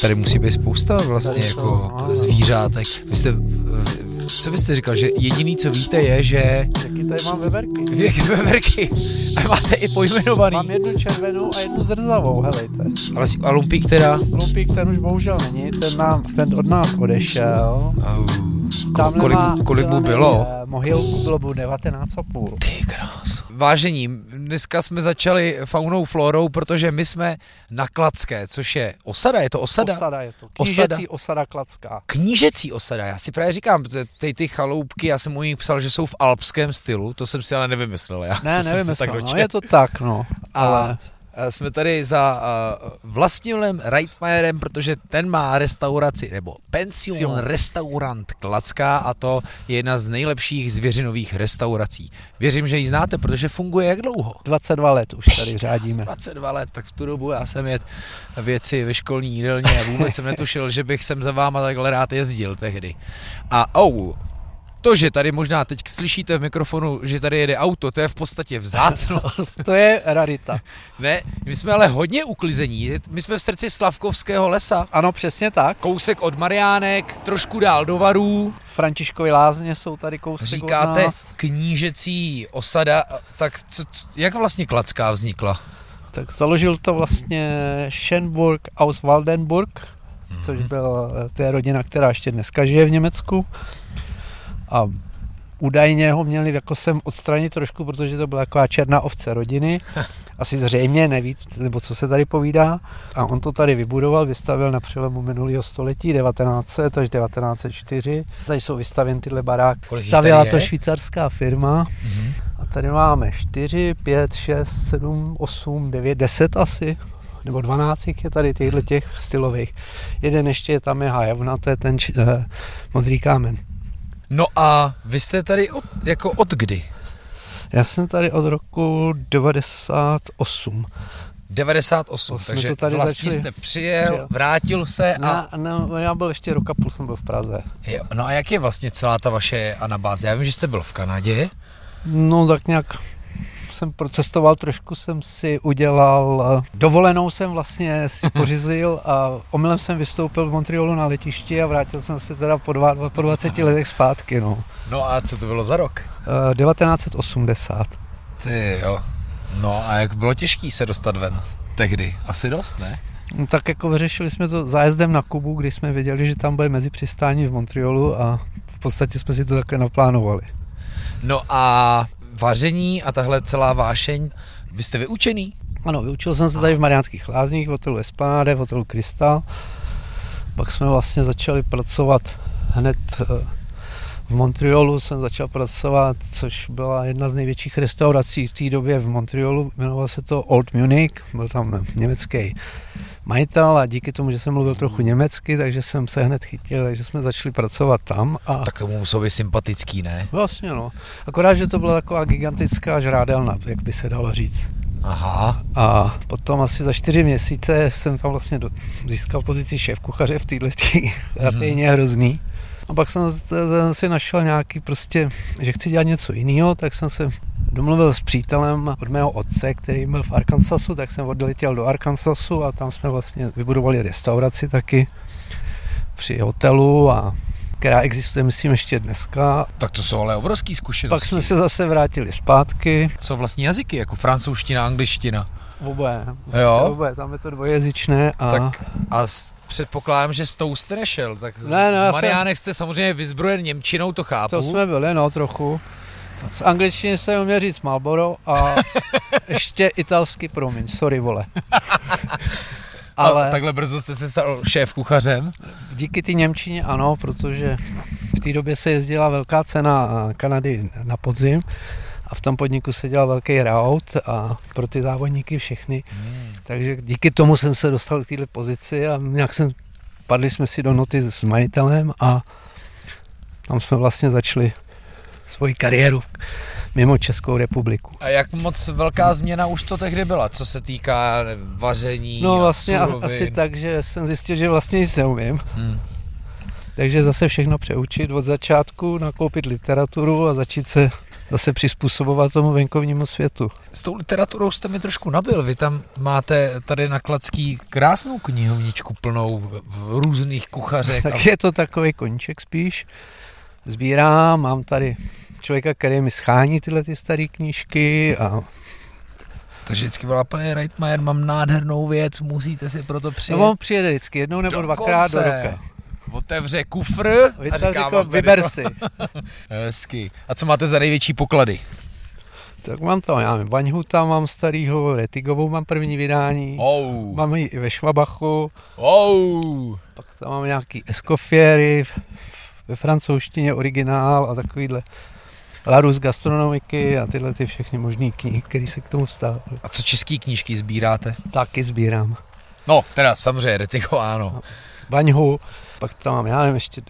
tady musí být spousta vlastně jako zvířátek. Vy jste, co byste říkal, že jediný, co víte, je, že Jaký tady mám veverky? věk veverky a máte i pojmenovaný. Mám jednu červenou a jednu zrzavou, helejte. Ale si- a lumpík teda? Lumpík ten už bohužel není, ten, nám, ten od nás odešel. Au, Tamhle ko- kolik, má- eh, mu- kolik mu tamhle bylo? je Mohylku bylo mu 19,5. Ty krás. Vážení, dneska jsme začali faunou florou, protože my jsme na Klacké, což je osada, je to osada? Osada je to. Osada. Knížecí osada, osada klacká. Knížecí osada, já si právě říkám, t- ty, ty chaloupky, já jsem u nich psal, že jsou v alpském stylu, to jsem si ale nevymyslel, já Ne, to nevím, jsem si jestli tak no, dočetl. je to tak, no. Ale A Jsme tady za uh, vlastním Reitmajerem, protože ten má restauraci, nebo pension Jo. restaurant Klacká a to je jedna z nejlepších zvěřinových restaurací. Věřím, že ji znáte, protože funguje jak dlouho? 22 let už tady řádíme. 22 let, tak v tu dobu já jsem jet věci ve školní jídelně a vůbec jsem netušil, že bych sem za váma takhle rád jezdil tehdy. A ou, to, že tady možná teď slyšíte v mikrofonu, že tady jede auto, to je v podstatě vzácnost. To je rarita. Ne, my jsme ale hodně uklizení. My jsme v srdci Slavkovského lesa. Ano, přesně tak. Kousek od Mariánek, trošku dál do Varů. Františkovi lázně jsou tady kousek od Říkáte nás. knížecí osada. Tak co, co, jak vlastně Klacká vznikla? Tak založil to vlastně Schönburg aus Waldenburg, což byl, eh, to je rodina, která ještě dneska žije v Německu. A údajně ho měli jako sem odstranit trošku, protože to byla taková černá ovce rodiny. Asi zřejmě neví, nebo co se tady povídá. A on to tady vybudoval, vystavil na přelomu minulého století 1900 až 1904. Tady jsou vystavěny tyhle baráky. Kolik jich Stavěla tady to je? Mhm. švýcarská firma. A tady máme 4, 5, 6, 7, 8, 9, 10 asi, nebo 12 jich je tady těchto těch stylových. Jeden ještě je tam je hajavna, to je ten č- eh, modrý kámen. No a vy jste tady od, jako od kdy? Já jsem tady od roku 98. 98, To jsme takže to tady vlastně začali. jste přijel, Přijel. No. vrátil se a... Na, na, já byl ještě roka půl, jsem byl v Praze. Jo, No a jak je vlastně celá ta vaše anabáze? Já vím, že jste byl v Kanadě. No tak nějak jsem procestoval, trošku jsem si udělal, eh, dovolenou jsem vlastně si pořizil a omylem jsem vystoupil v Montrealu na letišti a vrátil jsem se teda po, dva, po 20 letech zpátky, no. No a co to bylo za rok? Eh, 1980. Ty jo. No a jak bylo těžký se dostat ven? Tehdy. Asi dost, ne? No, tak jako vyřešili jsme to zájezdem na Kubu, kdy jsme věděli, že tam bude mezi přistání v Montrealu a v podstatě jsme si to takhle naplánovali. No a vaření a tahle celá vášeň, vy jste vyučený? Ano, vyučil jsem se tady v Mariánských lázních, v hotelu Esplanade, v hotelu Krystal. Pak jsme vlastně začali pracovat hned eh, v Montrealu jsem začal pracovat, což byla jedna z největších restaurací v té době v Montrealu. Jmenovalo se to Old Munich, byl tam německý majitel a díky tomu, že jsem mluvil trochu německy, takže jsem se hned chytil, takže jsme začali pracovat tam a Tak tomu muselo být sympatický, ne? vlastně no, akorát, že to byla taková gigantická žrádelna, jak by se dalo říct. Aha. A potom asi za čtyři měsíce jsem tam vlastně do, získal pozici šéf kuchaře v této Mhm. ratejně hrozný. A pak jsem z- z- si našel nějaký prostě, že chci dělat něco jiného, tak jsem se domluvil s přítelem od mého otce, který byl v Arkansasu, tak jsem odletěl do Arkansasu a tam jsme vlastně vybudovali restauraci taky při hotelu a která existuje, myslím, ještě dneska. Tak to jsou ale obrovský zkušenosti. Pak jsme se zase vrátili zpátky. Co vlastní jazyky, jako francouzština, angliština. Oboje. Jo. Oboje, tam je to dvojezyčné. A... Tak A s, předpokládám, že s tou jste nešel. Tak z, Ne, ne, z já Mariánek jste samozřejmě vyzbrojen Němčinou, to chápu. To jsme byli, no, trochu. Z angličtiny jsem uměl říct Malboro a ještě italsky, promiň, sorry, vole. Ale... A Ale takhle brzo jste se stal šéf kuchařem. díky ty Němčině ano, protože v té době se jezdila velká cena a, Kanady na podzim a v tom podniku se dělal velký raut a pro ty závodníky všechny. Takže díky tomu jsem se dostal k této pozici a nějak jsem, padli jsme si do noty s majitelem a tam jsme vlastně začali svoji kariéru mimo Českou republiku. A jak moc velká změna už to tehdy byla, co se týká já nevím, vaření No a vlastně a- surovin? asi tak, že jsem zjistil, že vlastně nic neumím. Hmm. Takže zase všechno přeučit od začátku, nakoupit literaturu a začít se zase přizpůsobovat tomu venkovnímu světu. S tou literaturou jste mi trošku nabil. Vy tam máte tady na Klacký krásnou knihovničku plnou v- v různých kuchařek. Tak je to takový koníček spíš. Sbírám, mám tady člověka, který mi schání tyhle ty staré knížky a Takže vždycky byla plný Reitmajer, mám nádhernou věc, musíte si proto přijet. no, on přijede vždycky jednou nebo dvakrát do Dokonce. roka. Otevře kufr a Vytáhl říká jako, vám tady vyber to. si. Hezky. A co máte za největší poklady? Tak mám tam, já nevím, Vaňhuta mám starýho, Retigovou mám první vydání, Ou, mám ji i ve Švabachu, ou. pak tam mám nějaký Escoffiery v- ve francouzštině originál a takovýhle. Larus gastronomiky a tyhle ty všechny možný knihy, které se k tomu vztahují. A co český knížky sbíráte? Taky sbírám. No, teda samozřejmě, Retigo, ano. baňhu, pak tam mám, já nevím, ještě,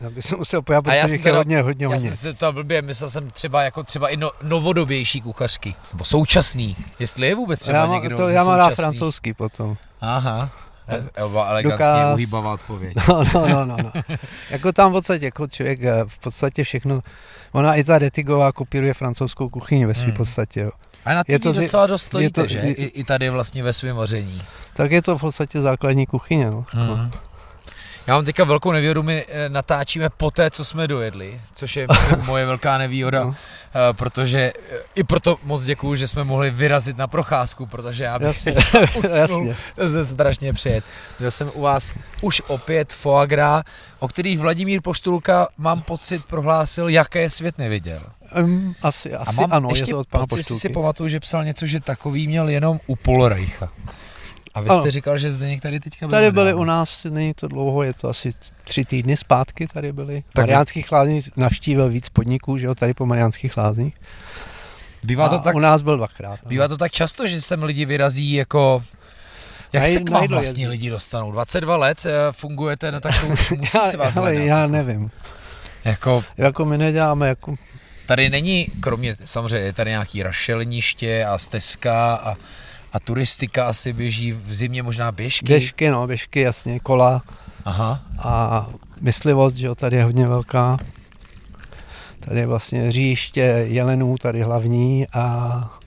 já bych se musel pojat, A já protože jsem jich je teda- hodně, hodně, Já hodně. jsem se ptal blbě, myslel jsem třeba jako třeba i no, novodobější kuchařky, nebo současný, jestli je vůbec třeba já, někdo mám, to, ze já mám rád současných. francouzský potom. Aha, Elba elegantně Dukas. uhýbavá odpověď. No, no, no, no, no. jako tam v podstatě, jako člověk eh, v podstatě všechno, ona i ta Retigová kopíruje francouzskou kuchyni ve své Hmm. podstatě, jo. A na Je to to zi- docela dost je stojíte, to- že? je- I, I tady vlastně ve svém vaření. Tak je to v podstatě základní kuchyně, no. Mhm. Já mám teďka velkou nevěru, my eh, natáčíme po té, co jsme dojedli, což je myslím, moje velká nevýhoda, No. eh, protože eh, i proto moc děkuju, že jsme mohli vyrazit na procházku, protože já bych Jasně, usnul. jasně. To se strašně přijet. Měl jsem u vás už opět foie gras, o kterých Vladimír Poštulka, mám pocit, prohlásil, jaké svět neviděl. Um, asi, asi mám ano, je ještě to od pana pocit, si si Poštulky. pamatuju, že psal něco, že takový měl jenom u Polorejcha. A vy jste Ano. říkal, že zde některý teďka Tady byli nedávno. u nás, není to dlouho, je to asi tři týdny zpátky tady byli. Tak- Tak Mariánských lázní navštívil víc podniků, že jo, tady po Mariánských lázních. Bývá to, A tak, U nás byl dvakrát. no. bývá to tak často, že sem lidi vyrazí jako... Jak Na- se k na vám jídlo vlastně jezdí. lidi dostanou? 22 let eh, fungujete, no tak to už musí se vás ale hledat. já nevím. Jako Jako my neděláme, jako, Tady není, kromě, samozřejmě je tady nějaký rašelniště a stezka a, a turistika asi běží v zimě možná běžky. běžky, no, běžky, jasně, kola Aha. a myslivost, že jo, tady je hodně velká. Tady je vlastně říjiště jelenů, tady hlavní a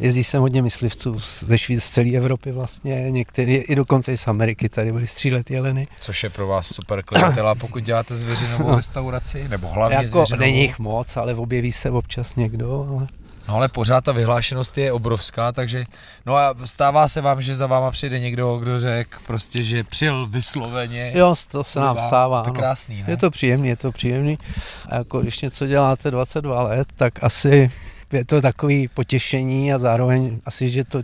jezdí sem hodně myslivců z- ze Švýc, z celé Evropy vlastně, některý i dokonce i z Ameriky, tady byly střílet jeleny. Což je pro vás super klientela, pokud děláte zvěřinovou restauraci, nebo hlavně Jako zvěřinovou. není jich moc, ale objeví se občas někdo, ale No ale pořád ta vyhlášenost je obrovská, takže no a stává se vám, že za váma přijde někdo, kdo řekl prostě, že přijel vysloveně. jo, to se nám Bývá stává. To no. krásný, ne? Je to příjemný, je to příjemný. A jako když něco děláte 22 let, tak asi je to takový potěšení a zároveň asi, že to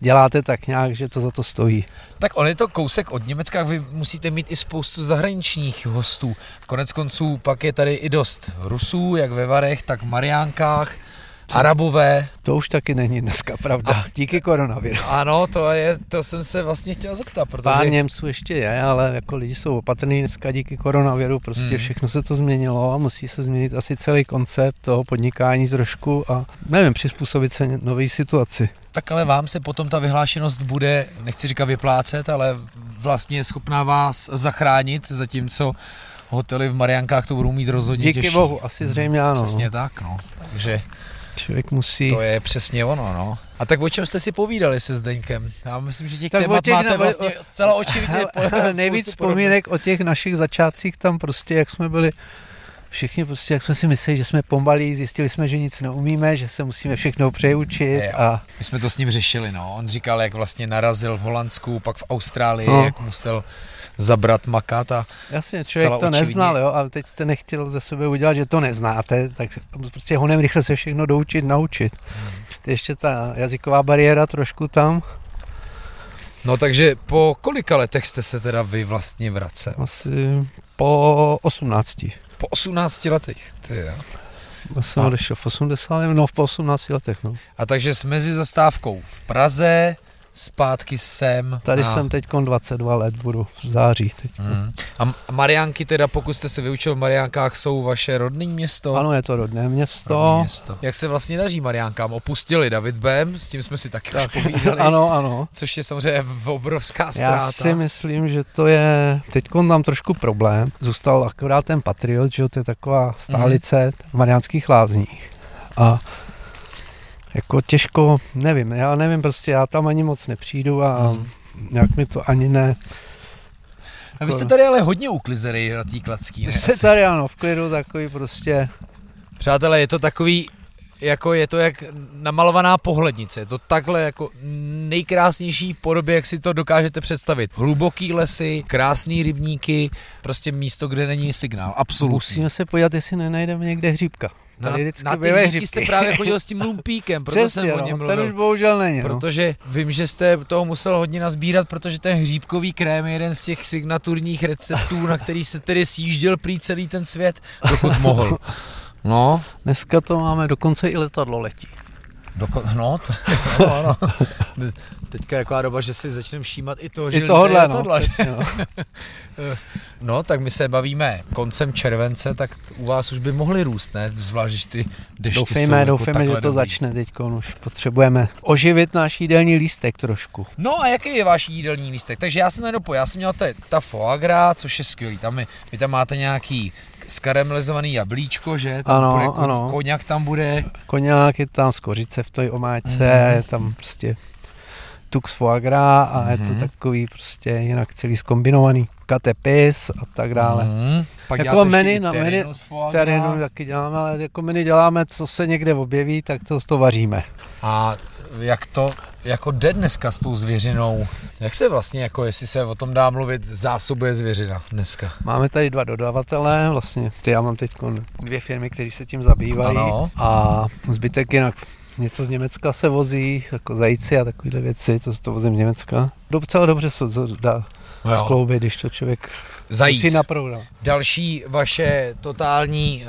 děláte tak nějak, že to za to stojí. Tak on je to kousek od Německa, vy musíte mít i spoustu zahraničních hostů. Konec konců pak je tady i dost Rusů, jak ve Varech, tak v Mariánkách, Arabové. To už taky není dneska pravda. A, Díky koronaviru. Ano, to, je, to jsem se vlastně chtěl zeptat, Pár protože Němců ještě je, ale jako lidi jsou opatrní dneska díky koronaviru, prostě Hmm. hmm. všechno se to změnilo a musí se změnit asi celý koncept toho podnikání trošku a nevím, přizpůsobit se nové situaci. tak ale vám se potom ta vyhlášenost bude, nechci říkat vyplácet, ale vlastně je schopná vás zachránit, zatímco hotely v Mariánkách to budou mít rozhodně Díky těžší. bohu, asi zřejmě ano. Přesně tak, no. Takže Člověk musí... To je přesně ono, no. A tak o čem jste si povídali se Zdeňkem? Já myslím, že těch Tak o témat těch máte nebo- vlastně zcela očividně Hele, po- spoustu nejvíc podobných. vzpomínek o těch našich začátcích tam prostě, jak jsme byli všichni prostě, jak jsme si mysleli, že jsme pomalí, zjistili jsme, že nic neumíme, že se musíme všechno přeučit Jo. a My jsme to s ním řešili, no. On říkal, jak vlastně narazil v Holandsku, pak v Austrálii, no. No. jak musel zabrat makat a jasně, Zcela člověk to očividně. neznal, jo, ale teď jste nechtěl ze sebe udělat, že to neznáte, tak prostě honem rychle se všechno doučit, naučit. Hmm. Ještě ta jazyková bariéra trošku tam, No takže po kolika letech jste se teda vy vlastně vracel? asi po 18. Po 18 letech. Ty, jo. Já jsem A- odešel v 80, no v 18 letech, no. a takže s mezi zastávkou v Praze, zpátky sem. Tady na... jsem teď 22 let, budu v září teď. Mm. A M- Mariánky teda, pokud jste se vyučil v Mariánkách, jsou vaše rodné město? Ano, je to rodné No. Rodné město. město. Jak se vlastně daří Mariánkám? Opustili David Bem, s tím jsme si taky tak. už povídali, ano. Ano, ano. což je samozřejmě obrovská ztráta. Já si myslím, že to je teď tam trošku Mhm. problém. Zůstal akorát ten Patriot, že jo, to je taková stálice v Mariánských lázních. a jako těžko, nevím, já nevím, prostě já tam ani moc nepřijdu a Mhm. nějak mi to ani ne. A vy jste tady ale hodně uklizery na té klacký, ne? Se Asi. tady ano, v klidu takový prostě, Přátelé, je to takový, jako je to jak namalovaná pohlednice. Je to takhle jako nejkrásnější v podobě, jak si to dokážete představit. Hluboký lesy, krásný rybníky, prostě místo, kde není signál. Absolutně. musíme se podívat, jestli nenajdeme někde hříbka. No Tady vždycky na, na ty bývají hříbky hříbky. jste právě chodil s tím lumpíkem, proto Přesně, jsem o něm no, ten mluvil. už bohužel není. No. Protože vím, že jste toho musel hodně nazbírat, protože ten hříbkový krém je jeden z těch signaturních receptů, na který se tedy sjížděl prý celý ten svět, dokud mohl. No, Dneska to máme, dokonce i letadlo letí. doko- no, to, no, ano. Teďka je taková doba, že si začneme všímat i toho, že I lítají tohle, no, letadla, že- přesně, no. No, tak my se bavíme koncem července, tak t- u vás už by mohly růst, ne? Zvlášť, když ty dešti jsou Doufejme, jako doufejme, že takhle to dobrý. začne teď, už potřebujeme oživit náš jídelní lístek trošku. No a jaký je váš jídelní lístek? Takže já jsem nedopojil, já jsem měl ta, ta foie gras, což je skvělý, tam je, vy tam máte nějaký skaramelizovaný jablíčko, že? Tam Ano, bude ko- ano. Koněk tam bude, Koněk je tam z kořice v té omáčce, Mhm. je tam prostě tuk z foie gras a je to Mhm. takový prostě jinak celý zkombinovaný katepis a tak dále. Mm. Pak Jako děláte menu ještě na i menu- terinu z foie Tady gras. jenom taky děláme, ale jako my neděláme, co se někde objeví, tak to, to vaříme. A jak to jako jde dneska s tou zvěřinou? Jak se vlastně, jako jestli se o tom dá mluvit, zásobuje zvěřina dneska? Máme tady dva dodavatele, vlastně ty já mám teď dvě firmy, které se tím zabývají Ano. a zbytek jinak něco z Německa se vozí, jako zajíci a takovéhle věci, to, to vozím z Německa. Docela dobře se to dá No jo, skloubit, když to člověk Zajíc. musí no. naproudá. Další vaše totální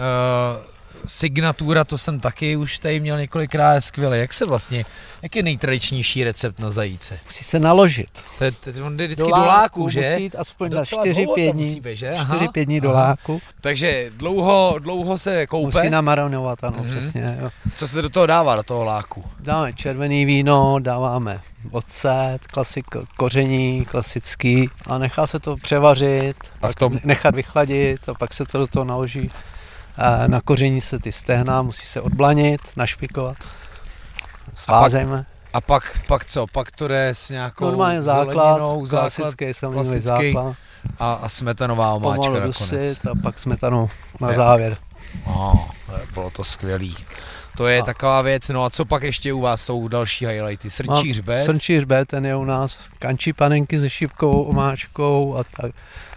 uh, signatura, to jsem taky už tady měl několikrát, je skvělé. Jak se vlastně, jak je nejtradičnější recept na zajíce? Musí se naložit. To je, to on jde vždycky do láku, že? Musí jít aspoň na Docela 4-5 dlouho tam dní. musí být, že? Aha. 4-5 dní do Aha. láku. Takže dlouho, dlouho se koupe. Musí namarinovat, ano, Mhm. přesně. Jo. Co se do toho dává, do toho láku? Dáme červený víno, dáváme ocet, klasik, koření, klasický a nechá se to převařit, A v tom, nechat vychladit a pak se to do toho naloží. Eh, Na koření se ty stehna, musí se odblanit, našpikovat. Svázejme. a pak, pak co? Pak to jde s nějakou Normálně základ, zeleninou, základ klasický, samozřejmě klasický základ. a, a smetanová omáčka Pomalu nakonec. dusit a pak smetanou na Jo. závěr. No, ale bylo to skvělý. To je A- taková věc. No a co pak ještě u vás jsou další highlighty? No, Srčí hřbet? Srnčí hřbet, ten je u nás kančí panenky se šipkovou omáčkou a tak.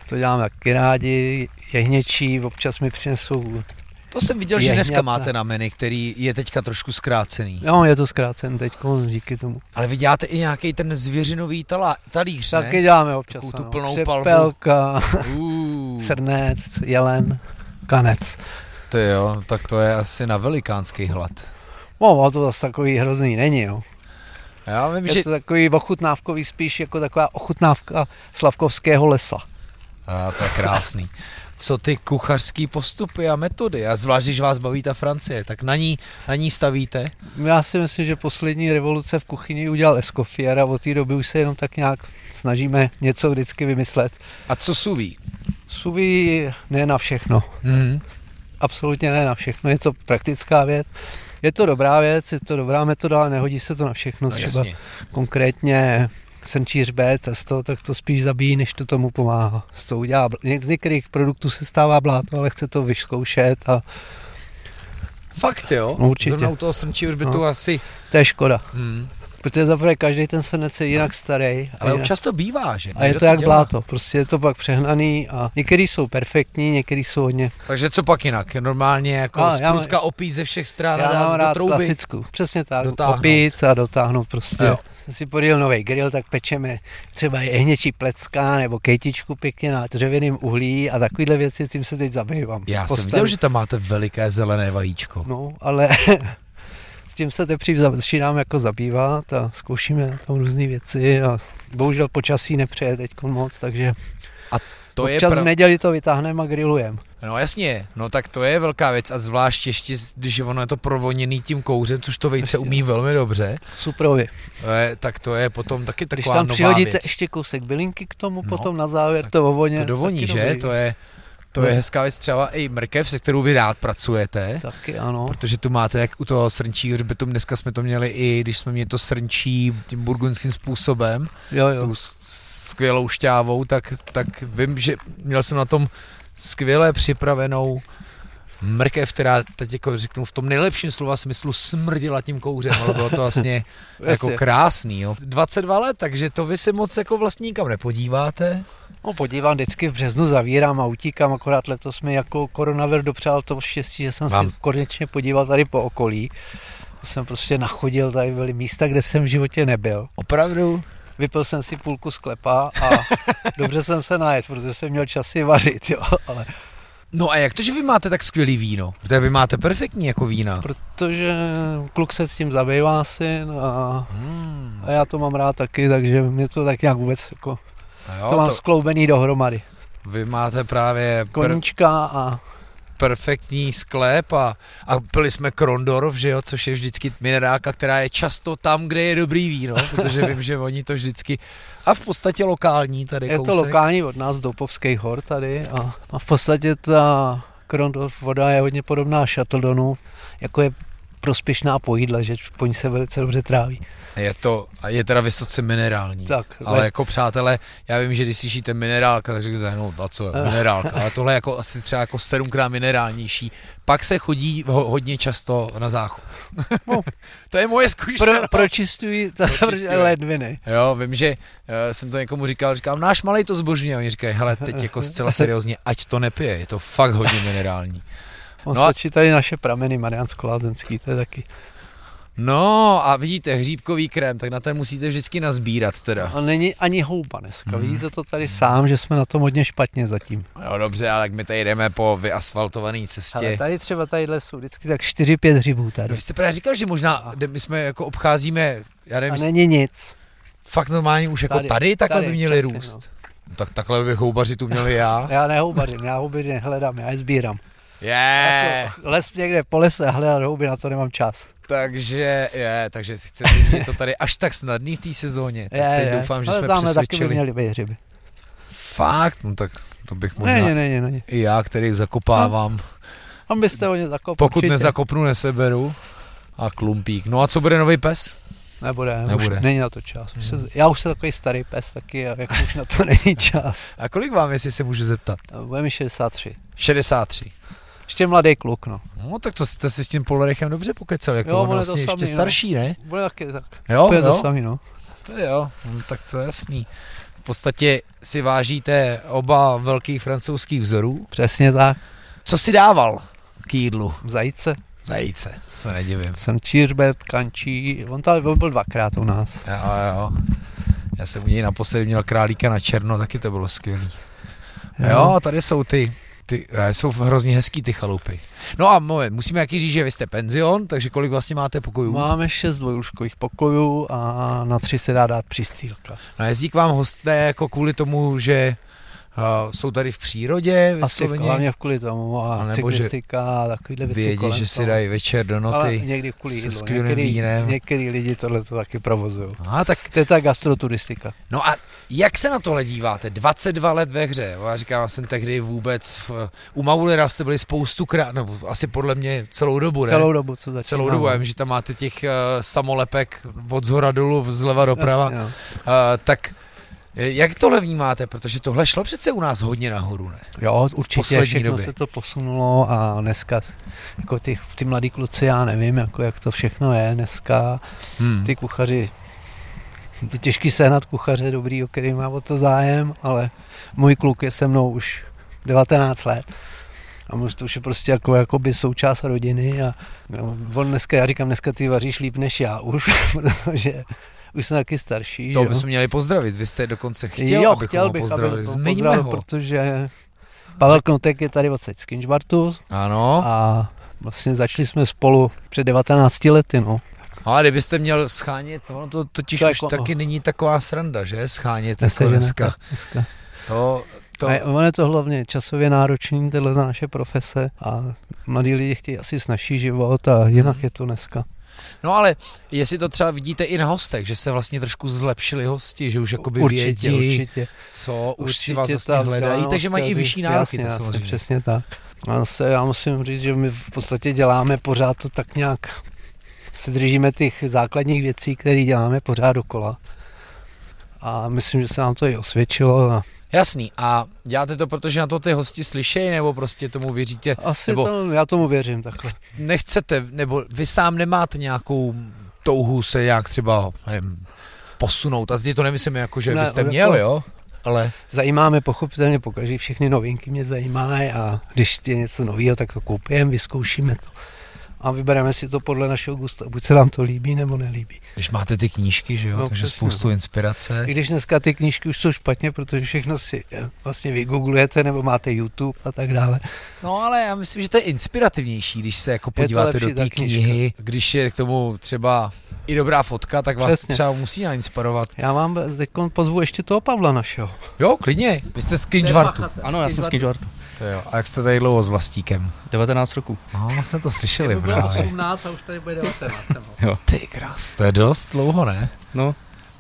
To děláme taky rádi, jehněčí, občas mi přinesou, To jsem viděl, že Jehňata. dneska máte na menu, který je teďka trošku zkrácený. no je to zkrácen teď, díky tomu. Ale vy děláte i nějaký ten zvěřinový talá, talíř, ne? Taky děláme občas, Takovou tu ano. plnou Křepelka, Uuu, srnec, jelen, kanec. to jo, tak to je asi na velikánský hlad. No, ono to zase takový hrozný není, jo. Já vím, že... Je to takový ochutnávkový spíš jako taková ochutnávka Slavkovského lesa. A, to je krásný. Co ty kuchařský postupy a metody? A zvlášť, když vás baví ta Francie, tak na ní, na ní stavíte? Já si myslím, že poslední revoluce v kuchyni udělal Escoffier a od té doby už se jenom tak nějak snažíme něco vždycky vymyslet. A co suví? Suví ne na všechno, Mhm. absolutně ne na všechno, je to praktická věc. Je to dobrá věc, je to dobrá metoda, ale nehodí se to na všechno. No, Třeba jasně. konkrétně srnčí hřbet a z toho, tak to spíš zabíjí, než to tomu pomáhá. Z toho udělá, bl- něk- z některých produktů se stává bláto, ale chce to vyzkoušet a Fakt jo? No, určitě. Zrovna u toho srnčí hřbetu No. asi... to je škoda. Mhm. Protože zaprvé každý ten srnec je jinak starý. a No. Ale jinak- občas to bývá, že? A je Kdo to jak dělá? bláto, prostě je to pak přehnaný a některý jsou perfektní, některý jsou hodně. Takže co pak jinak? Normálně jako A, a, já- sprutka opít ze všech stran a Já mám dát do rád trouby. klasickou, přesně tak, Dotáhnout. opít a dotáhnout prostě. Jo. Jsem si podíl nový grill, tak pečeme třeba jehněčí plecka nebo kejtičku pěkně na dřevěném uhlí a takovýhle věci, tím se teď zabývám. Já jsem Postavu. viděl, že tam máte veliké zelené vajíčko. No, ale s tím se teprve za- začínám jako zabývat a zkoušíme na tom různé věci a bohužel počasí nepřeje teď moc, takže To občas je v neděli to vytáhneme a grillujeme. No jasně, no tak to je velká věc a zvlášť ještě, když ono je to provoněný tím kouřem, což to vejce Jasně. umí velmi dobře, Suprově. eh, tak to je potom taky Když taková tam nová přihodíte věc. ještě kousek bylinky k tomu, No, potom na závěr tak to ovoně. To dovoní, taky No. že? dobrý. To je To je hezká věc třeba i mrkev, se kterou vy rád pracujete. Taky ano. Protože tu máte jak u toho srnčí hřbetu, dneska jsme to měli i, když jsme měli to srnčí tím burgundským způsobem, Jo, s jo. tou s- skvělou šťávou, tak, tak vím, že měl jsem na tom skvěle připravenou mrkev, která teď jako řeknu v tom nejlepším slova smyslu smrdila tím kouřem, ale bylo to vlastně jako Jasně. krásný. Jo. 22 let, takže to vy se moc jako vlastně nikam nepodíváte. No, podívám, vždycky v březnu zavírám a utíkám, akorát letos mi jako koronavir dopřál to štěstí, že jsem Vám- se konečně podíval tady po okolí. Jsem prostě nachodil, tady byly místa, kde jsem v životě nebyl. Opravdu? Vypil jsem si půlku sklepa a dobře jsem se najet, protože jsem měl čas si vařit, jo, ale No a jak to, že vy máte tak skvělý víno? Protože vy máte perfektní jako vína. protože kluk se s tím zabývá syn a, Hmm, a já to mám rád taky, takže mě to tak nějak vůbec jako, a to jo, mám skloubený dohromady. to, vy máte právě per, Koníčka a perfektní sklep a, a pili jsme Krondorf, že jo, což je vždycky minerálka, která je často tam, kde je dobrý víno, protože vím, že oni to vždycky a v podstatě lokální tady Je kousek. to lokální od nás Doupovských hor tady a, a v podstatě ta Krondorf voda je hodně podobná Shuttledonu, jako je prospěšná pojídla, že po ní se velice dobře tráví. Je to, a je teda vysoce minerální. Tak, Ale ale... jako přátelé, já vím, že když slyšíte minerálka, tak řeknete, no a co, Eh. je minerálka, ale tohle je jako asi třeba jako sedmkrát minerálnější. Pak se chodí ho, hodně často na záchod. No. to je moje zkušenost. pro, pročistují ta- Pročistuje. ledviny. Jo, vím, že uh, jsem to někomu říkal, říkám, náš malej to zbožňuje, a oni říkají, hele, teď jako zcela seriózně, ať to nepije, je to fakt hodně minerální. On No no a- stačí tady naše prameny, Mariánsko Lázenský, to je taky. No a vidíte, hříbkový krém, tak na ten musíte vždycky nazbírat teda. A není ani houba dneska, Mhm. vidíte to tady sám, že jsme na tom hodně špatně zatím. No dobře, ale jak my tady jdeme po vyasfaltované Ale cestě. tady třeba tadyhle jsou vždycky tak 4-5 hřibů No, tady. vy jste právě říkal, že možná, kde my jsme jako obcházíme, já nevím, A ne, není nic. fakt normálně už jako tady, Tady, tady takhle tady, by měli přesně, růst. No. Tak takhle by houbaři tu měli já. Já nehoubařím, já houby nehledám, já je sbírám. Je. Eh. Jako Les někde po lese a hledat houby, na to nemám čas. Takže, je, takže chci říct, že je to tady až tak snadný v té sezóně. Tak teď doufám, že Ale jsme tamhle taky by přesvědčili. měly být hřiby. Fakt? No tak to bych možná Ne, ne, No, ne, ne, ne. i já, který zakopávám. Tam byste ho nezakopli. Pokud nezakopnu, neseberu. A klumpík. No a co bude nový pes? Nebude, Nebude. Hmm. Už není na to čas. Už se, já už jsem takový starý pes taky a jako už na to není čas. No, A kolik vám, jestli se můžu zeptat? Bude mi 63. 63. Ještě mladý kluk, no. No tak to jste si s tím Polarechem dobře pokecel, jak to Jo, on ono je to vlastně ještě samý, no. starší, ne? Bude taky tak. Jo, Bude to jo, samý, no. to jo, no, tak to je jasný. V podstatě si vážíte oba velkých francouzských vzorů. Přesně tak. Co si dával k jídlu? Zajíce. Zajíce, to se nedivím. Jsem čířbet, kančí. On tady on byl dvakrát u nás. Jo, jo. Já jsem u něj naposledy měl králíka na černo, taky to bylo skvělý. Jo, tady jsou ty, ty eh, jsou hrozně hezký ty chalupy. No a moment, musíme jaký říct, že vy jste penzion, takže kolik vlastně máte pokojů? Máme šest dvojlůžkových pokojů a na tři se dá dát přistýlka. No jezdí k vám hosté jako kvůli tomu, že uh, jsou tady v přírodě, Asi v, vysloveně hlavně kvůli tomu A a, nebo že cyklistika a takovýhle věci vědí, kolem že si toho. dají no večer do Ale noty. někdy kvůli se jídlu. skvělým Některý- vínem. Některý lidi tohle to taky provozují. No A tak, To je ta gastroturistika. no a jak se na tohle díváte? 22 let ve hře. Já říkám, já jsem tehdy vůbec, v, u Maulera jste byli spoustu krát, nebo asi podle mě celou dobu, ne? Celou dobu, no. co začíná. Celou dobu, já vím, že tam máte těch uh, samolepek od zhora dolů, zleva doprava, uh, tak eh, jak tohle vnímáte, protože tohle šlo přece u nás hodně nahoru, ne? Jo, určitě Poslední všechno doby. se to posunulo a dneska, s- jako ty, ty mladí kluci, já nevím, jako jak to všechno je dneska, Hmm. ty kuchaři, je těžký sehnat kuchaře dobrý, o který má o to zájem, ale můj kluk je se mnou už 19 let. A možná to už je prostě jako, jako by součást rodiny a no, on dneska, já říkám, dneska ty vaříš líp než já už, protože už jsem taky starší. To že jo? bychom měli pozdravit, vy jste dokonce chtěl, jo, abychom chtěl ho bych, pozdravili. aby ho Zmiňme ho. protože Pavel Knotek je tady odsaď z Kinžbartu Ano, a vlastně začali jsme spolu před 19 lety, no. Jako ale kdybyste měl schánět, ono to totiž To to je už kon- taky není taková sranda, že? Schánět Dneska, jako že ne? dneska. dneska. To, to, To... A ono je to hlavně časově náročný, tyhle ta naše profese a mladí lidi chtějí asi snažší život a jinak Mhm. je to dneska. No ale jestli to třeba vidíte i na hostech, že se vlastně trošku zlepšili hosti, že už jakoby určitě, vědí, určitě. co už určitě si vás vlastně ta hledají, vzdělanost takže mají i tady- vyšší nároky, jasně, to jasně, samozřejmě. Přesně tak. Já, se, já musím říct, že my v podstatě děláme pořád to tak nějak, se držíme těch základních věcí, které děláme pořád dokola. A myslím, že se nám to i osvědčilo. A Jasný, a děláte to, protože na to ty hosti slyšejí, nebo prostě tomu věříte, asi Nebo- nebo... to, já tomu věřím takhle. nechcete, nebo vy sám nemáte nějakou touhu se nějak třeba nevím, posunout, a teď to nemyslím jako, že Ne, byste jako- měl, jo? Ale Zajímáme pochopitelně pokaždé všechny novinky mě zajímají a když je něco nového, tak to koupíme, vyzkoušíme to a vybereme si to podle našeho gusta. Buď se nám to líbí, nebo nelíbí. když máte ty knížky, že jo, No, takže přesně. spoustu inspirace. I když dneska ty knížky už jsou špatně, protože všechno si eh, vlastně vygooglujete, nebo máte YouTube a tak dále. No ale já myslím, že to je inspirativnější, když se jako to podíváte lepší, do té ta knížka. knihy, když je k tomu třeba i dobrá fotka, tak vás Přesně. třeba musí nainspirovat. Já vám teď pozvu ještě toho Pavla našeho. Jo, klidně, vy jste z Kinžvartu. Ano, já jsem z Kinžvartu. To jo, a jak jste tady dlouho s vlastíkem? 19 roků. No, jsme to slyšeli právě. 18 a už tady bude 19. Ty krás, to je dost dlouho, ne? No,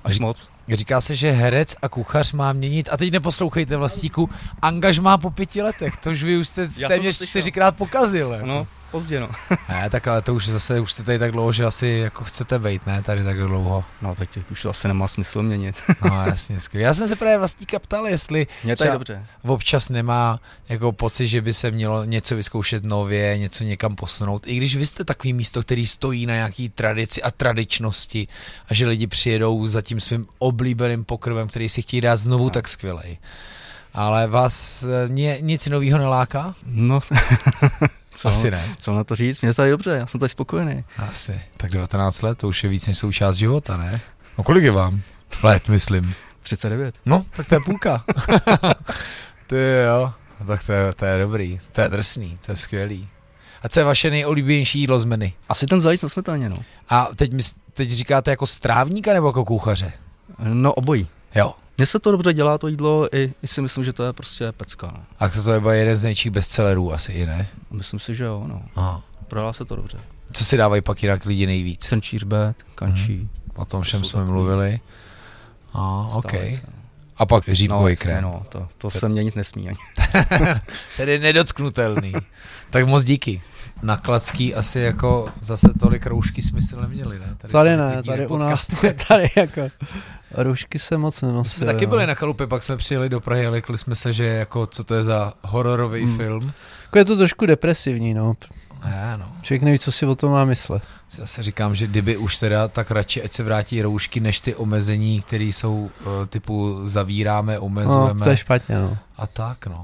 až Ři- moc. Říká se, že herec a kuchař má měnit, a teď neposlouchejte vlastníku, angažmá po pěti letech, to už vy už jste jsem téměř to slyšel. čtyřikrát pokazil. jako. Ano, pozdě no. Ne, tak ale to už zase, už jste tady tak dlouho, že asi jako chcete být, ne, tady tak dlouho. No, tak teď už to asi nemá smysl měnit. No jasně, skvělé. Já jsem se právě vlastníka ptal, jestli Mě to je Třeba- dobře. občas nemá jako pocit, že by se mělo něco vyzkoušet nově, něco někam posunout. I když vy jste takový místo, který stojí na nějaký tradici a tradičnosti a že lidi přijedou za tím svým oblíbeným pokrvem, který si chtějí dát znovu, tak skvělej. Ale vás eh, ně, nic nového neláká? No, co, Asi ne. co na to říct? Mě to je dobře, já jsem tady spokojený. Asi. Tak 19 let, to už je víc než součást života, ne? No kolik je vám? Let, myslím. 39. No, tak to je půlka. Ty jo, no, tak to je, to je dobrý, to je drsný, to je skvělý. A co je vaše nejoblíbenější jídlo z menu? Asi ten zajíc na smetaně, no. A teď, mi, teď říkáte jako strávníka nebo jako kuchaře? No, obojí. Jo. Mně se to dobře dělá, to jídlo, i, i si myslím, že to je prostě pecka. No. A to je byl jeden z největších bestsellerů asi, i ne? Myslím si, že jo, no. Aha. Prodá se to dobře. Co si dávají pak jinak lidi nejvíc? Jsem čířbet, kančí. Mm, O tom všem Jsou jsme takový. mluvili. A, OK. A pak No, řípkový jasně, krém. no, to, to se měnit nesmí ani. Tedy nedotknutelný. tak moc díky. Na Klacký asi jako zase tolik roušky smysl neměli, ne? Tady tolik ne, lidí tady u nepotkáte. nás, tady jako roušky se moc no. My nenosí. jsme taky byli na chalupě, pak jsme přijeli do Prahy a lekli jsme se, že jako co to je za hororový Hmm. film. Jako je to trošku depresivní, no. Já no, Člověk neví, co si o tom má myslet. zase říkám, že kdyby už teda, tak radši ať se vrátí roušky, než ty omezení, které jsou eh, typu zavíráme, omezujeme No, to je špatně, no. a tak no.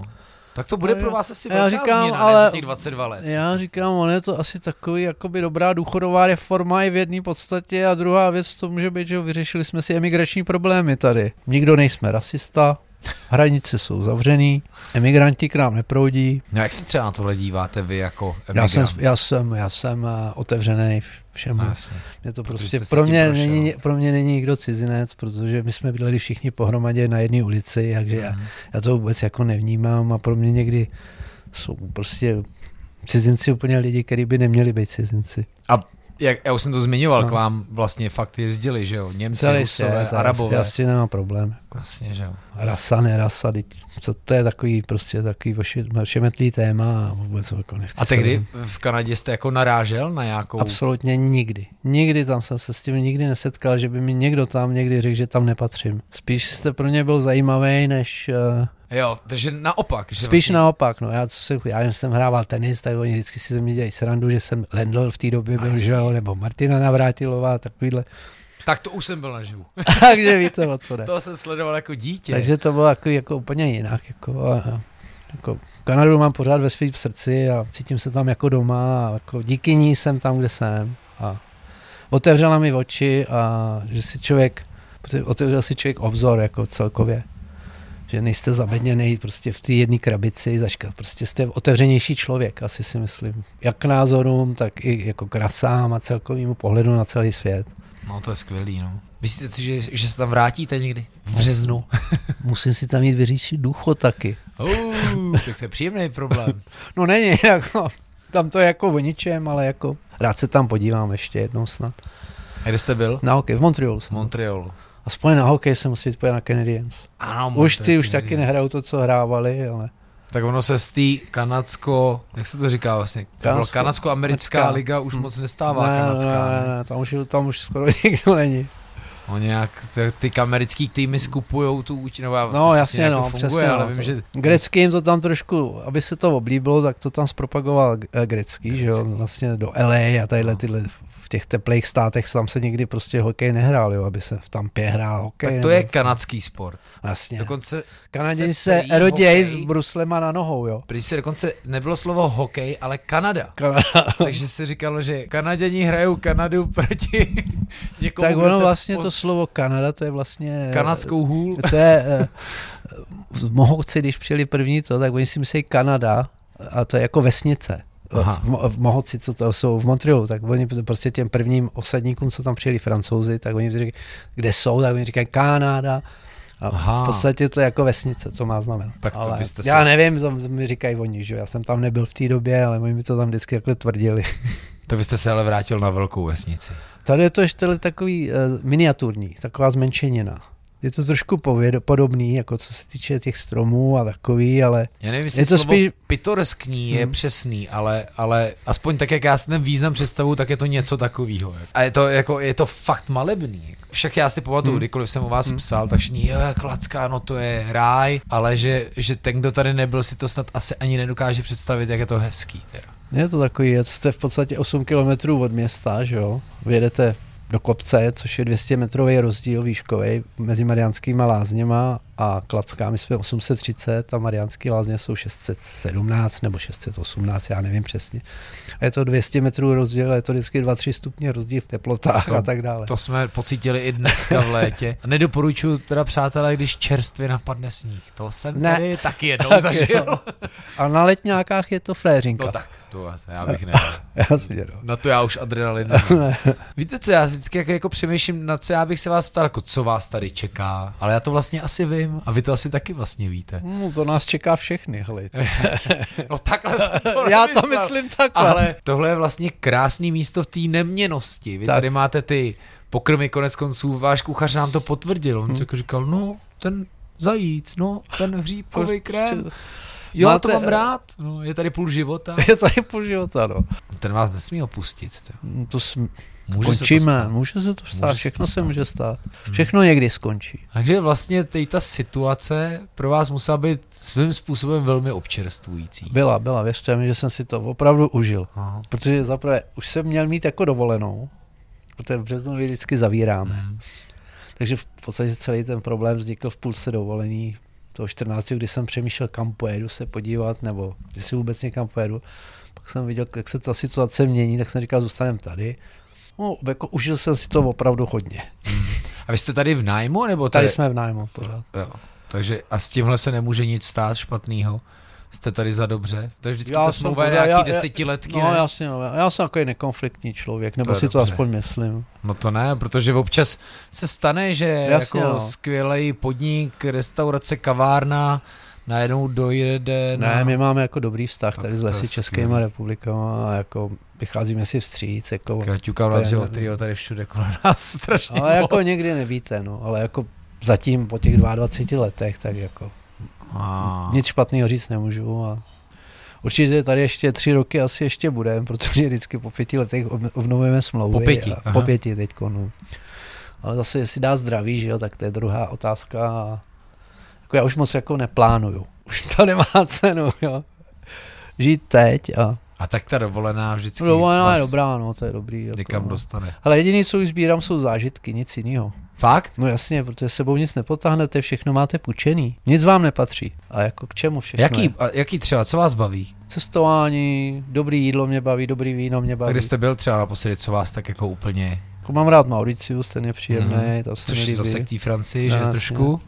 Tak to bude Ale pro já- vás asi já velká říkám, změna, ne, ale- za těch 22 let. Já říkám, ono je to asi takový jakoby dobrá důchodová reforma i v jedné podstatě a druhá věc to může být, že jo, vyřešili jsme si emigrační problémy tady. Nikdo nejsme rasista, hranice jsou zavřený, emigranti k nám neproudí. No jak se třeba na tohle díváte vy jako Já emigrant? jsem, já jsem, já jsem eh, otevřený všemu. No, jasně. Mě to protože prostě, jste si pro tím mě, prošel. není, pro mě není nikdo cizinec, protože my jsme bydleli všichni pohromadě na jedné ulici, takže já, Mhm. já to vůbec jako nevnímám a pro mě někdy jsou prostě cizinci úplně lidi, kteří by neměli být cizinci. Jak, já už jsem to zmiňoval, No. k vám vlastně fakt jezdili, že jo? Němci, Celý Rusové, svět, Arabové. Já s tím nemám problém. Vlastně, že jo. Rasa, nerasa, teď, co to je takový prostě takový vaši, šemetlý téma a vůbec ho jako nechci. A tehdy srovnat. v Kanadě jste jako narážel na nějakou... Absolutně nikdy. Nikdy tam jsem se s tím nikdy nesetkal, že by mi někdo tam někdy řekl, že tam nepatřím. Spíš jste pro mě byl zajímavý, než... Uh, Jo, takže naopak. Že spíš vlastně... naopak, no já, co jsem, já jen jsem hrával tenis, tak oni vždycky si ze mě dělají srandu, že jsem Lendl v té době No, byl, že jo, nebo Martina Navrátilová, takovýhle. Tak to už jsem byl naživu. Takže víte, o co jde. To jsem sledoval jako dítě. Takže to bylo jako, jako úplně jinak. Jako, a, a- jako Kanadu mám pořád ve svém srdci a cítím se tam jako doma a jako díky ní jsem tam, kde jsem. A otevřela mi oči a že si člověk, protože otevřel si člověk obzor jako celkově. Že nejste zabedněný prostě v té jedné krabici, zaška, prostě jste otevřenější člověk, asi si myslím. Jak k názorům, tak i jako k rasám a celkovému pohledu na celý svět. No to je skvělý, no. Myslíte si, že, že se tam vrátíte někdy? V březnu? Musím si tam jít vyříšit důchod taky. Uh, tak to je příjemný problém. No není, jako, tam to je jako o ničem, ale jako rád se tam podívám ještě jednou snad. A kde jste byl? Na hokej, v Montrealu V jsem. Montrealu. Aspoň na hokej se musí jít podívat na Canadiens. Ano, Už Montreal ty už taky Canadiens. nehrajou to, co hrávali, ale Tak ono se z té kanadsko, jak se to říká vlastně, Kanadsko- Hm. kanadsko, kanadsko-americká americká. liga už moc nestává ne, kanadská. Ne, ne, ne. tam, už, tam už skoro nikdo není. Oni nějak, ty, ty americký týmy skupují tu účinnou, já vlastně No přesně jasně, jak no, to funguje, přesně. ale no, vím, to- že Grecky jim to tam trošku, aby se to oblíbilo, tak to tam zpropagoval eh, Grecký, že jo, Grecký. vlastně do LA a tadyhle No. tyhle, v těch teplých státech tam se nikdy prostě hokej nehrál, jo, aby se v Tampě hrál hokej. tak to nebo- je kanadský sport. Vlastně. Dokonce, Kanaděni se se prý roděj s hokej- bruslema na nohou, jo. prý se dokonce nebylo slovo hokej, ale Kanada. Kanada. Takže se říkalo, že Kanaděni hrajou Kanadu proti někomu, Tak kdo ono se vlastně po- to slovo Kanada, to je vlastně... kanadskou hůl. To je, eh, v Mohouci, když přijeli první to, tak oni si myslí Kanada a to je jako vesnice. Aha. V, Mo- v Mohoci, co to jsou v Montrealu, tak oni p- prostě těm prvním osadníkům, co tam přijeli francouzi, tak oni říkají, kde jsou, tak oni říkají Kanada. A Aha. v podstatě to je jako vesnice, to má znamenat. Tak to ale byste se- já nevím, to mi říkají oni, že jo, já jsem tam nebyl v té době, ale oni mi to tam vždycky takhle tvrdili. To byste se ale vrátil na velkou vesnici. Tady je to ještě takový uh, miniaturní, taková zmenšenina. Je to trošku pověd- podobný, jako co se týče těch stromů a takový, ale Já nevím, jestli Je to slovo spíš- pitoreskní je Hmm. přesný, ale, ale aspoň tak, jak já si ten význam představu, tak je to něco takového. A je to, jako, je to fakt malebný. jako. Však já si pamatuju, Hmm. kdykoliv jsem o vás psal, tak všichni, jo, klacka, no to je ráj, ale že, že ten, kdo tady nebyl, si to snad asi ani nedokáže představit, jak je to hezký. Teda. je to takový, je- jste v podstatě 8 kilometrů od města, že jo? Vyjedete do kopce, což je 200 metrový rozdíl výškový mezi Mariánskýma lázněma a Klacká. My jsme 830 a Mariánský lázně jsou 617 nebo 618, já nevím přesně. A je to 200 metrů rozdíl, a je to vždycky 2-3 stupně rozdíl v teplotách To- a tak dále. To jsme pocítili i dneska v létě. A nedoporučuju teda přátelé, když čerstvě napadne sníh. To jsem Ne. ne. tady taky jednou Tak zažil. jo. A na letňákách je to fléřinka. No tak, to já bych ne. Jasně, no. Na to já už adrenalin. nemám. Víte co, já vždycky jako, jako přemýšlím, na co já bych se vás ptal, jako co vás tady čeká, ale já to vlastně asi vím a vy to asi taky vlastně víte. No, to nás čeká všechny, hele. No takhle jsem to Já to nemyslel. myslím takhle. Jako Ale tohle je vlastně krásný místo v té neměnosti. Vy Tak. tak. tady máte ty pokrmy, konec konců váš kuchař nám to potvrdil. On hmm. říkal, no ten zajíc, no ten hříbkový krém. Jo, Máte- Máte, eh, to mám rád. No, je tady půl života. Je tady půl života, no. Ten vás nesmí opustit. to- To sm- Může se to končíme, stát. může se to stát, Může se všechno to se stát. Hmm. může stát. Všechno někdy skončí. Takže vlastně teď ta situace pro vás musela být svým způsobem velmi občerstvující. Byla, byla, věřte mi, že jsem si to opravdu užil. Aha. Protože zaprvé už jsem měl mít jako dovolenou, protože v březnu vždycky zavíráme. Mhm. Takže v podstatě celý ten problém vznikl v půlce dovolení toho 14., kdy jsem přemýšlel, kam pojedu se podívat, nebo jestli vůbec někam pojedu. Pak jsem viděl, jak se ta situace mění, tak jsem říkal, zůstanem tady. No, jako užil jsem si to opravdu hodně. A vy jste tady v nájmu, nebo Tady je- jsme v nájmu pořád. Jo. Takže a s tímhle se nemůže nic stát špatného. Jste tady za dobře. To je vždycky Já já ta jsem smlouva je pořád- nějaký já- já- desetiletky, No, ne? jasně, no, já jsem takový nekonfliktní člověk, nebo To je si to dobře. aspoň myslím. No to ne, protože občas se stane, že Jasně, Jasně, jako no. no. skvělý podnik, restaurace, kavárna najednou dojede na... Ne, my máme jako dobrý vztah tady Tak s to je lesy Českýma skvělý. republikama a jako vycházíme si vstříc, jako... Kaťuka To je Vladyho, ne- který ho tady všude kolem nás strašně Ale jako moc. nikdy nevíte, no, ale jako zatím po těch 22 letech, tak jako A... nic špatného říct nemůžu a určitě tady ještě tři roky asi ještě budeme, protože vždycky po pěti letech ob- obnovujeme smlouvu. Po pěti, A, aha. po pěti teďko, no. Ale zase, jestli dá zdraví, že jo, tak to je druhá otázka. a Jako já už moc jako neplánuju. Už to nemá cenu, jo. Žít teď a A tak ta dovolená vždycky dovolená vás je dobrá, no, to je dobrý. někam no. dostane. Ale jediný, co už sbírám, jsou zážitky, nic jiného. Fakt? No jasně, protože s sebou nic nepotáhnete, všechno máte půjčený. Nic vám nepatří. A jako k čemu všechno? Je? Jaký, a jaký třeba, co vás baví? Cestování, dobrý jídlo mě baví, dobrý víno mě A baví. kde jste byl třeba naposledy, co vás tak jako úplně, Jako mám rád Mauricius, ten je příjemný, mm-hmm. tam se mi Mhm. což líbí. zase k té Francii, že No, no, jasně. trošku?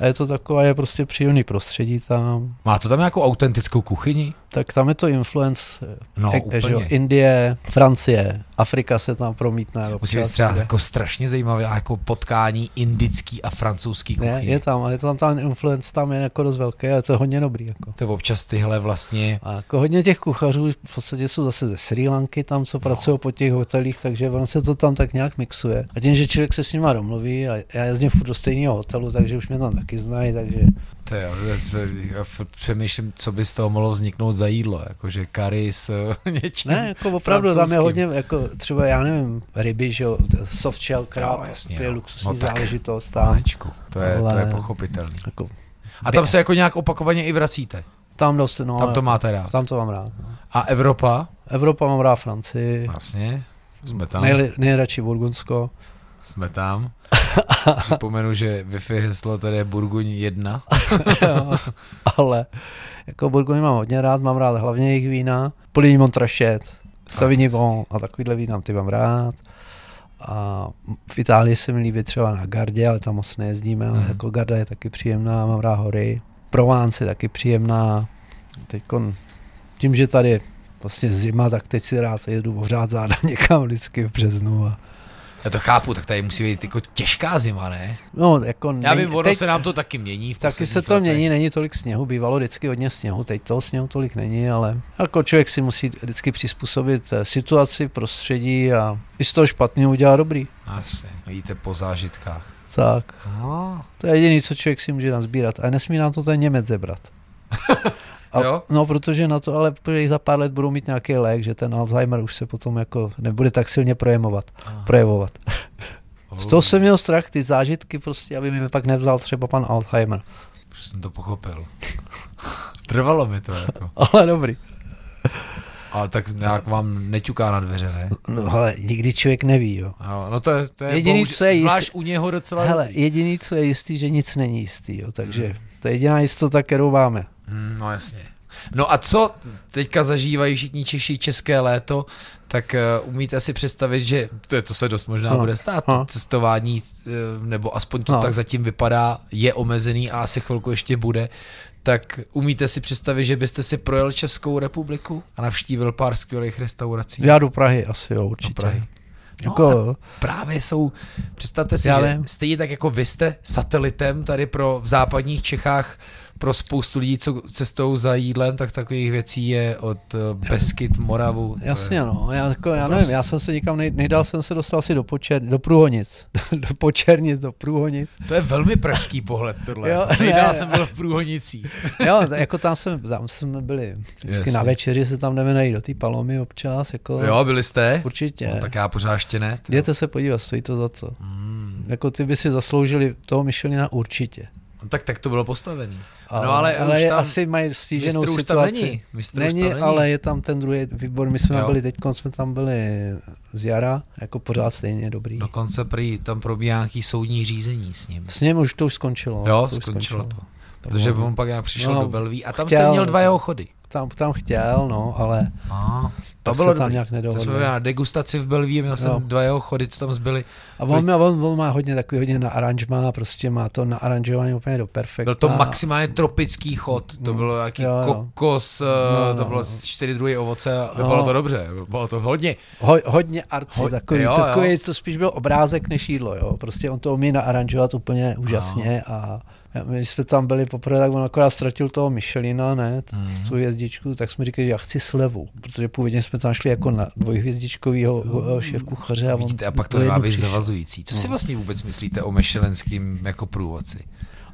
A je to takové je prostě příjemný prostředí tam. Má to tam nějakou autentickou kuchyni? Tak tam je to influence No, e- e- že jo, úplně. Indie, Francie, Afrika se tam promítne. Musí být občas třeba někde. jako strašně zajímavé jako potkání indický a francouzský Ne, je kuchyně. tam, ale je tam ta influence tam je jako dost velký, ale to je hodně dobrý. Jako. To je občas tyhle vlastně, A jako hodně těch kuchařů v podstatě jsou zase ze Sri Lanky tam, No. co pracují po těch hotelích, takže on se to tam tak nějak mixuje. A tím, že člověk se s nima domluví a já jezdím furt do stejného hotelu, takže už mě tam taky znají, takže to je, já se- já furt přemýšlím, co by z toho mohlo vzniknout za jídlo, jakože kary s eh, něčím. ne, jako opravdu tam je francouzským. hodně, jako třeba já nevím, ryby, že jo, soft shell, krab, Jo, jasně, to je no. luxusní No tak. záležitost tam. Pánečku, to je, to je Ale- pochopitelný. Jako, A tam se jako nějak opakovaně i vracíte. tam dost, no, Tam to máte rád. tam to mám rád. no. A Evropa? Evropa mám rád Francii, Vlastně. Jsme tam. nejli- nejradši Burgundsko. Jsme tam. Připomenu, že Wi-Fi heslo tady je Burguň 1. Jo, ale jako Burgundy mám hodně rád, mám rád hlavně jejich vína, Polivní Montrachet, Savignon a takovýhle vína ty mám rád. A v Itálii se mi líbí třeba na Gardě, ale tam moc nejezdíme, ale Mhm. jako Garda je taky příjemná, mám rád hory. Provence je taky příjemná. Teď tím, že tady je vlastně zima, tak teď si rád jedu ohřát záda někam vždycky v březnu. A, Já to chápu, tak tady musí být jako těžká zima, ne? no, jako Já není- vím, ono se nám to taky mění. V Taky posledních se to letech. mění, není tolik sněhu, bývalo vždycky hodně sněhu, teď toho sněhu tolik není, ale jako člověk si musí vždycky přizpůsobit eh, situaci, prostředí a i z toho špatného udělá dobrý. Jasně, vidíte po zážitkách. Tak, No, to je jediné, co člověk si může nazbírat. A nesmí nám to ten Němec zebrat. A, Jo? No, protože na to ale prý za pár let budou mít nějaký lék, že ten Alzheimer už se potom jako nebude tak silně projemovat, projevovat. Oh, Z toho jsem měl strach, ty zážitky prostě, aby mi pak nevzal třeba pan Alzheimer. Už jsem to pochopil. Trvalo mi to jako. Ale dobrý. Ale tak nějak vám neťuká na dveře, ne? No ale nikdy člověk neví, jo. No, no to, je- to je Jediný, bohužel- co je jist- zvlášť u něho docela Hele, dobrý. jediný, co je jistý, že nic není jistý, jo, takže to je jediná jistota, kterou máme. Hmm, no jasně. No a co teďka zažívají všichni Češi české léto, tak uh, umíte si představit, že to, je- to se dost možná No, bude stát, no. to cestování, uh, nebo aspoň to No. tak zatím vypadá, je omezený a asi chvilku ještě bude, tak umíte si představit, že byste si projel Českou republiku a navštívil pár skvělých restaurací Já do Prahy asi, jo, určitě. do Prahy? No, Jako, a právě jsou, představte si, Já že vím. stejně tak jako vy jste satelitem tady pro v západních Čechách pro spoustu lidí, co cestou za jídlem, tak takových věcí je od eh, Beskyt, Moravu. to jasně, je, prostě- no, já, jako, já nevím, obrovský. já jsem se nikam, nej, nejdál jsem se dostal asi do, počer, do Průhonic, do Počernic, do Průhonic. To je velmi pražský pohled tohle. Jo, Jo, Nejdál ne. jsem byl v Průhonicích. Jo, t- jako tam jsme, tam jsme byli vždycky Jasně. na večeři, se tam jdeme najít do té Palomy občas, jako, Jo, byli jste? určitě. No, tak já pořád ještě ne. ty jo. Jděte se podívat, stojí to za to. Mm. Jako ty by si zasloužili toho Michelina určitě. No, tak, tak to bylo postavený. No, ale už ale tam- asi mají stíženou Mistr už tam situaci. není. Mistr už Není, tam není, ale je tam ten druhý výbor, my jsme Jo. tam byli teď, jsme tam byli z jara, jako pořád stejně dobrý. Dokonce prý tam probíhá nějaký soudní řízení s ním. S ním už to už skončilo. Jo, No, to už skončilo to. Tak Protože on on pak nějak přišel No, do Belví a tam chtěl, jsem měl dva no. jeho chody. Tam, tam chtěl, no, ale A, to tak bylo se tam dobrý. nějak To jsme nedohodl. byli na degustaci v Belví, měl jsem Jo. dva jeho chody, co tam zbyly. A on, má, on, on, má hodně takový hodně na aranžma, prostě má to naaranžovaný úplně do perfekta. Byl to maximálně tropický chod, to Mm, bylo nějaký jo, jo. kokos, eh, No, to no, bylo no. čtyři druhy ovoce, a No. bylo to dobře, bylo to hodně. Ho, hodně arci, Ho- Ho, takový, jo, jo, jo. takový, to spíš byl obrázek než jídlo, jo. Prostě on to umí naaranžovat úplně úžasně a my jsme tam byli poprvé, tak on akorát ztratil toho Michelina, ne, t- Mm. tu hvězdičku, tak jsme říkali, že já chci slevu, protože původně jsme tam šli jako na dvojhvězdičkovýho eh, šéf kuchaře a on Vidíte, a pak to o jednu má být přišel. zavazující. Co si No. vlastně vůbec myslíte o Michelinským jako průvodci?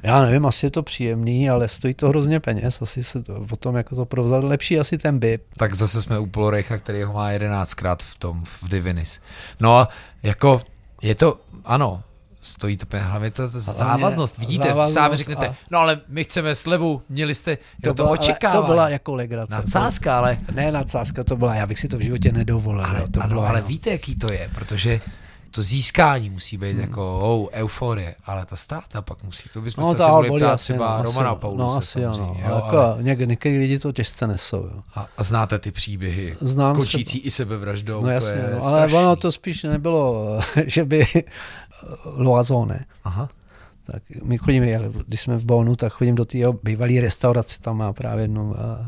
Já nevím, asi je to příjemný, ale stojí to hrozně peněz, asi se to, potom jako to provzat lepší asi ten BIP. Tak zase jsme u Polorecha, který ho má jedenáctkrát v tom, v Divinis. No a jako, je to, ano, stojí to peníze, hlavně to, to závaznost, vidíte, závaznost sám řeknete, a- no ale my chceme slevu, měli jste, to, jo, to byla- ale očekávání. to byla jako legrace. Nadsázka, ale, Ne nadsázka, to byla, já bych si to v životě nedovolil. ale, jo, to ano, bylo ale jenom- víte, jaký to je, protože to získání musí Hmm. být jako oh, euforie, ale ta ztráta pak musí, to bychom se ta asi mohli No, bolí ptát asi, třeba no, Romana asi, Pauluse No asi jo, no. samozřejmě, Ale jo, jako, ale, něk- některý lidi to těžce nesou, jo. a, a znáte ty příběhy, Znám se- kočící i sebevraždou, No to jasně, je no, ale strašný. ono to spíš nebylo, že by eh, loazone. Aha. Tak my chodíme, jak- když jsme v Bonu, tak chodím do té jeho bývalé restaurace, tam má právě jednu. A,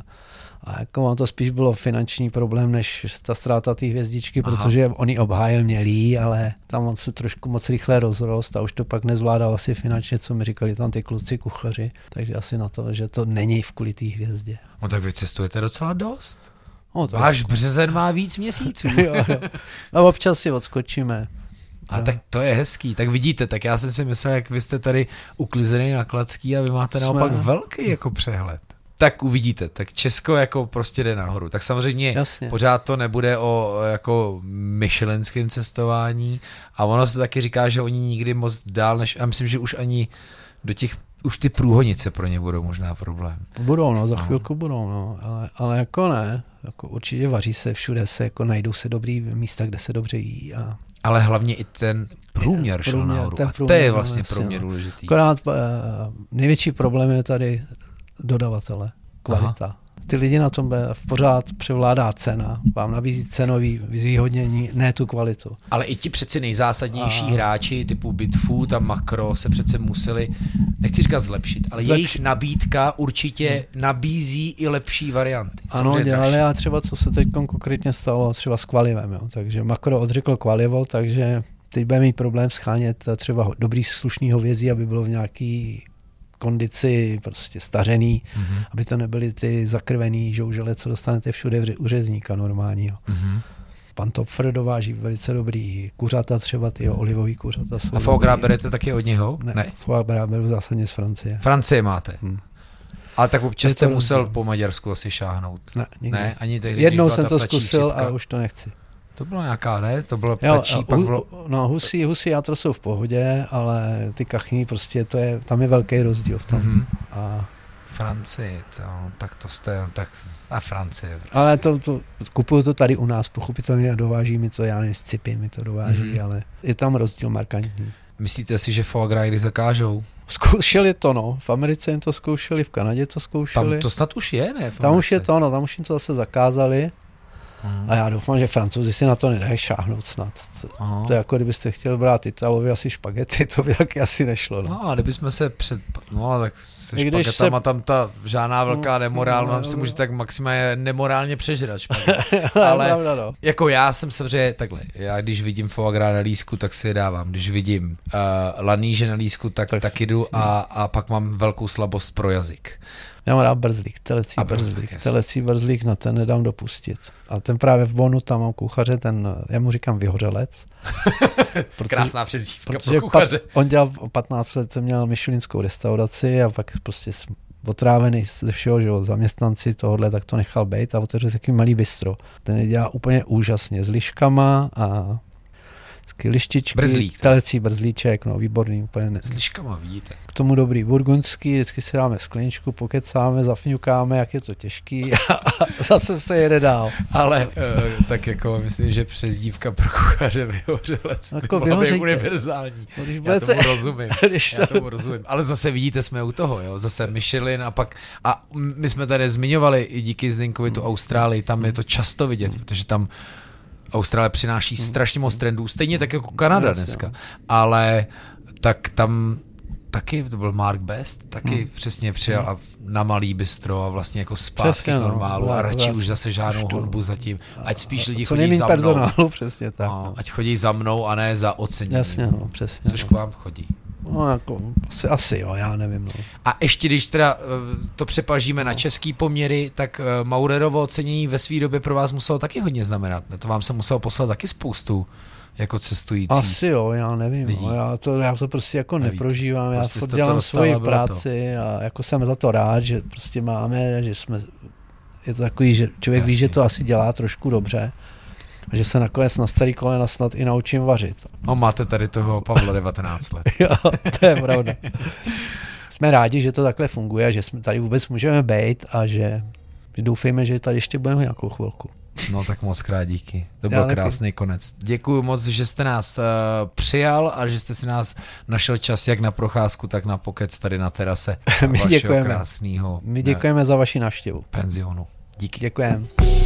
a jako on to spíš bylo finanční problém, než ta ztráta té hvězdičky, Aha. Aha. protože on ji obhájil mělý, ale tam on se trošku moc rychle rozrost a už to pak nezvládal asi finančně, co mi říkali tam ty kluci kuchaři. Takže asi na to, že to není v kvůli té hvězdě. No tak vy cestujete docela dost. No, to Váš březen má víc měsíců. jo, jo. No občas si odskočíme. No. A tak to je hezký. Tak vidíte, tak já jsem si myslel, jak vy jste tady uklizený na klacký a vy máte Jsme. naopak velký jako přehled. Tak uvidíte, tak Česko jako prostě jde nahoru. Tak samozřejmě Jasně. pořád to nebude o jako myšelenském cestování a ono se taky říká, že oni nikdy moc dál než, a myslím, že už ani do těch, už ty průhonice pro ně budou možná problém. Budou, no, za No. chvilku budou, no, ale, ale jako ne, jako určitě vaří se všude, se jako najdou se dobrý místa, kde se dobře jí a Ale hlavně i ten průměr šel Průměr, nahoru ten a to průměr, je no, vlastně jasně, pro mě no. důležitý. akorát eh, největší problém je tady dodavatele, kvalita. Aha. Ty lidi na tom eh, pořád převládá cena, vám nabízí cenový zvýhodnění, ne tu kvalitu. Ale i ti přeci nejzásadnější A- a... hráči typu Bitfood a Makro se přece museli, nechci říkat zlepšit, ale Zlepšit. Zlepši. jejich nabídka určitě nabízí i lepší varianty. Hmm. Ano, dělali dražší. a třeba co se teď konkrétně stalo třeba s kvalivem, jo. takže Makro odřekl kvalivo, takže teď bude mít problém schánět eh, třeba ho- dobrý slušný hovězí, aby bylo v nějaký kondici prostě stařený, Mhm, aby to nebyly ty zakrvený žoužele, co dostanete všude v ře- u řezníka normálního. mhm. Pan Topfer dováží velice dobrý kuřata, třeba ty jo, olivový kuřata jsou A foie gras berete taky od něho? Ne, ne. foie gras beru zásadně z Francie. Francie máte. Hm. Ale tak občas Je to jste musel rozdíl. po Maďarsku asi šáhnout. Ne, nikdy. Ne, ani tehdy, Jednou když byla jsem ta to ptačí zkusil chřipka. a už to nechci. To bylo nějaká, ne? To bylo Jo, ptačí, a pak hu- bylo... No, husí, husí játro jsou v pohodě, ale ty kachní prostě, to je, tam je velký rozdíl v tom. Mhm. A, Francie, to, tak to jste, tak a Francie. Prostě. ale to, to, kupuju to tady u nás, pochopitelně, a dováží mi to, já nevím, z Cipy mi to dováží, Mhm. mm-hmm. ale je tam rozdíl markantní. Myslíte si, že foie gras kdy zakážou? Zkoušeli to, no. V Americe jim to zkoušeli, v Kanadě to Tam zkoušeli. to snad už je, ne? v tam už je Americe? to, no, tam už jim to zase zakázali. Mhm. A já doufám, že francouzi si na to nedají šáhnout snad. To- Aha. To je jako kdybyste chtěl brát Italovi asi špagety, to by taky asi nešlo. No. No a kdybychom se před... No ale tak se I když špagetama se... tam ta žádná velká nemorálna, no, no, se no. může tak maximálně nemorálně přežrat špaget. Ale... Ale- Pravda, no. Jako já jsem samozřejmě takhle, já když vidím foie gras na lísku, tak si je dávám, když vidím uh, laníže na lísku, tak, Tak tak, si- tak jdu a, a pak mám velkou slabost pro jazyk. Já mám rád brzlík, telecí A brzlík, brzlík, brzlík jasně. telecí brzlík, na ten nedám dopustit. A ten právě v Bonu, tam mám kuchaře, ten, já mu říkám vyhořelec. protože- Krásná přezdívka Protože pro kuchaře. pat, on dělal 15 let, jsem měl myšelinskou restauraci a pak prostě s- otrávený ze všeho, že jo, zaměstnanci tohohle, tak to nechal být a otevřel takový malý bistro. Ten je dělá úplně úžasně s liškama a s lištičky, Brzlík. telecí brzlíček, no výborný, úplně ne. S liškama, vidíte. K tomu dobrý burgundský, vždycky si dáme skleničku, pokecáme, zafňukáme, jak je to těžký a, a zase se jede dál. Ale uh, tak jako myslím, že přezdívka pro kuchaře vyhořelec Jako by mohla být vyhořejte. univerzální. No, Když Já budete, tomu rozumím. když to, Já tomu rozumím. Ale zase vidíte, jsme u toho, jo. Zase Michelin a pak. A m- my jsme tady zmiňovali i díky Zdenkovi Hmm. tu Austrálii, tam je to často vidět, protože tam Austrálie přináší strašně moc trendů, stejně tak jako Kanada Hmm. Jasně, no. dneska. Ale tak tam taky, to byl Mark Best, taky Hmm. přesně přijel a na malý bistro a vlastně jako zpátky Přesně, k no. normálu a Vrát- radši už vrát- zase žádnou už tu. honbu zatím, ať spíš lidi co chodí nejméně za mnou. personálu, přesně tak. No, no. ať chodí za mnou a ne za ocenění. Jasně, no, přesně. Což no. k vám chodí. No, jako, asi, asi jo, já nevím. No. A ještě když teda eh, to přepažíme na český poměry, tak eh, Maurerovo ocenění ve své době pro vás muselo taky hodně znamenat. ne? To vám se muselo poslat taky spoustu jako cestující. Asi jo, já nevím. lidí. No, já, to, já to prostě jako Neví. neprožívám, Prostě já jste to to dělám dostal a svoji bylo to. práci a jako jsem za to rád, že prostě máme, že jsme, je to takový, že člověk ví, Jasně. že to asi dělá trošku dobře. A že se nakonec na starý kolena snad i naučím vařit. No máte tady toho Pavla 19 let. Jo, to je pravda. Jsme rádi, že to takhle funguje, že jsme tady vůbec můžeme být a že doufejme, že tady ještě budeme nějakou chvilku. No tak moc krát díky. To Já byl taky. krásný konec. Děkuji moc, že jste nás uh, přijal a že jste si nás našel čas jak na procházku, tak na pokec tady na terase My vašeho děkujeme. krásného eh, My děkujeme za vaši návštěvu. penzionu. Díky. Děkujeme.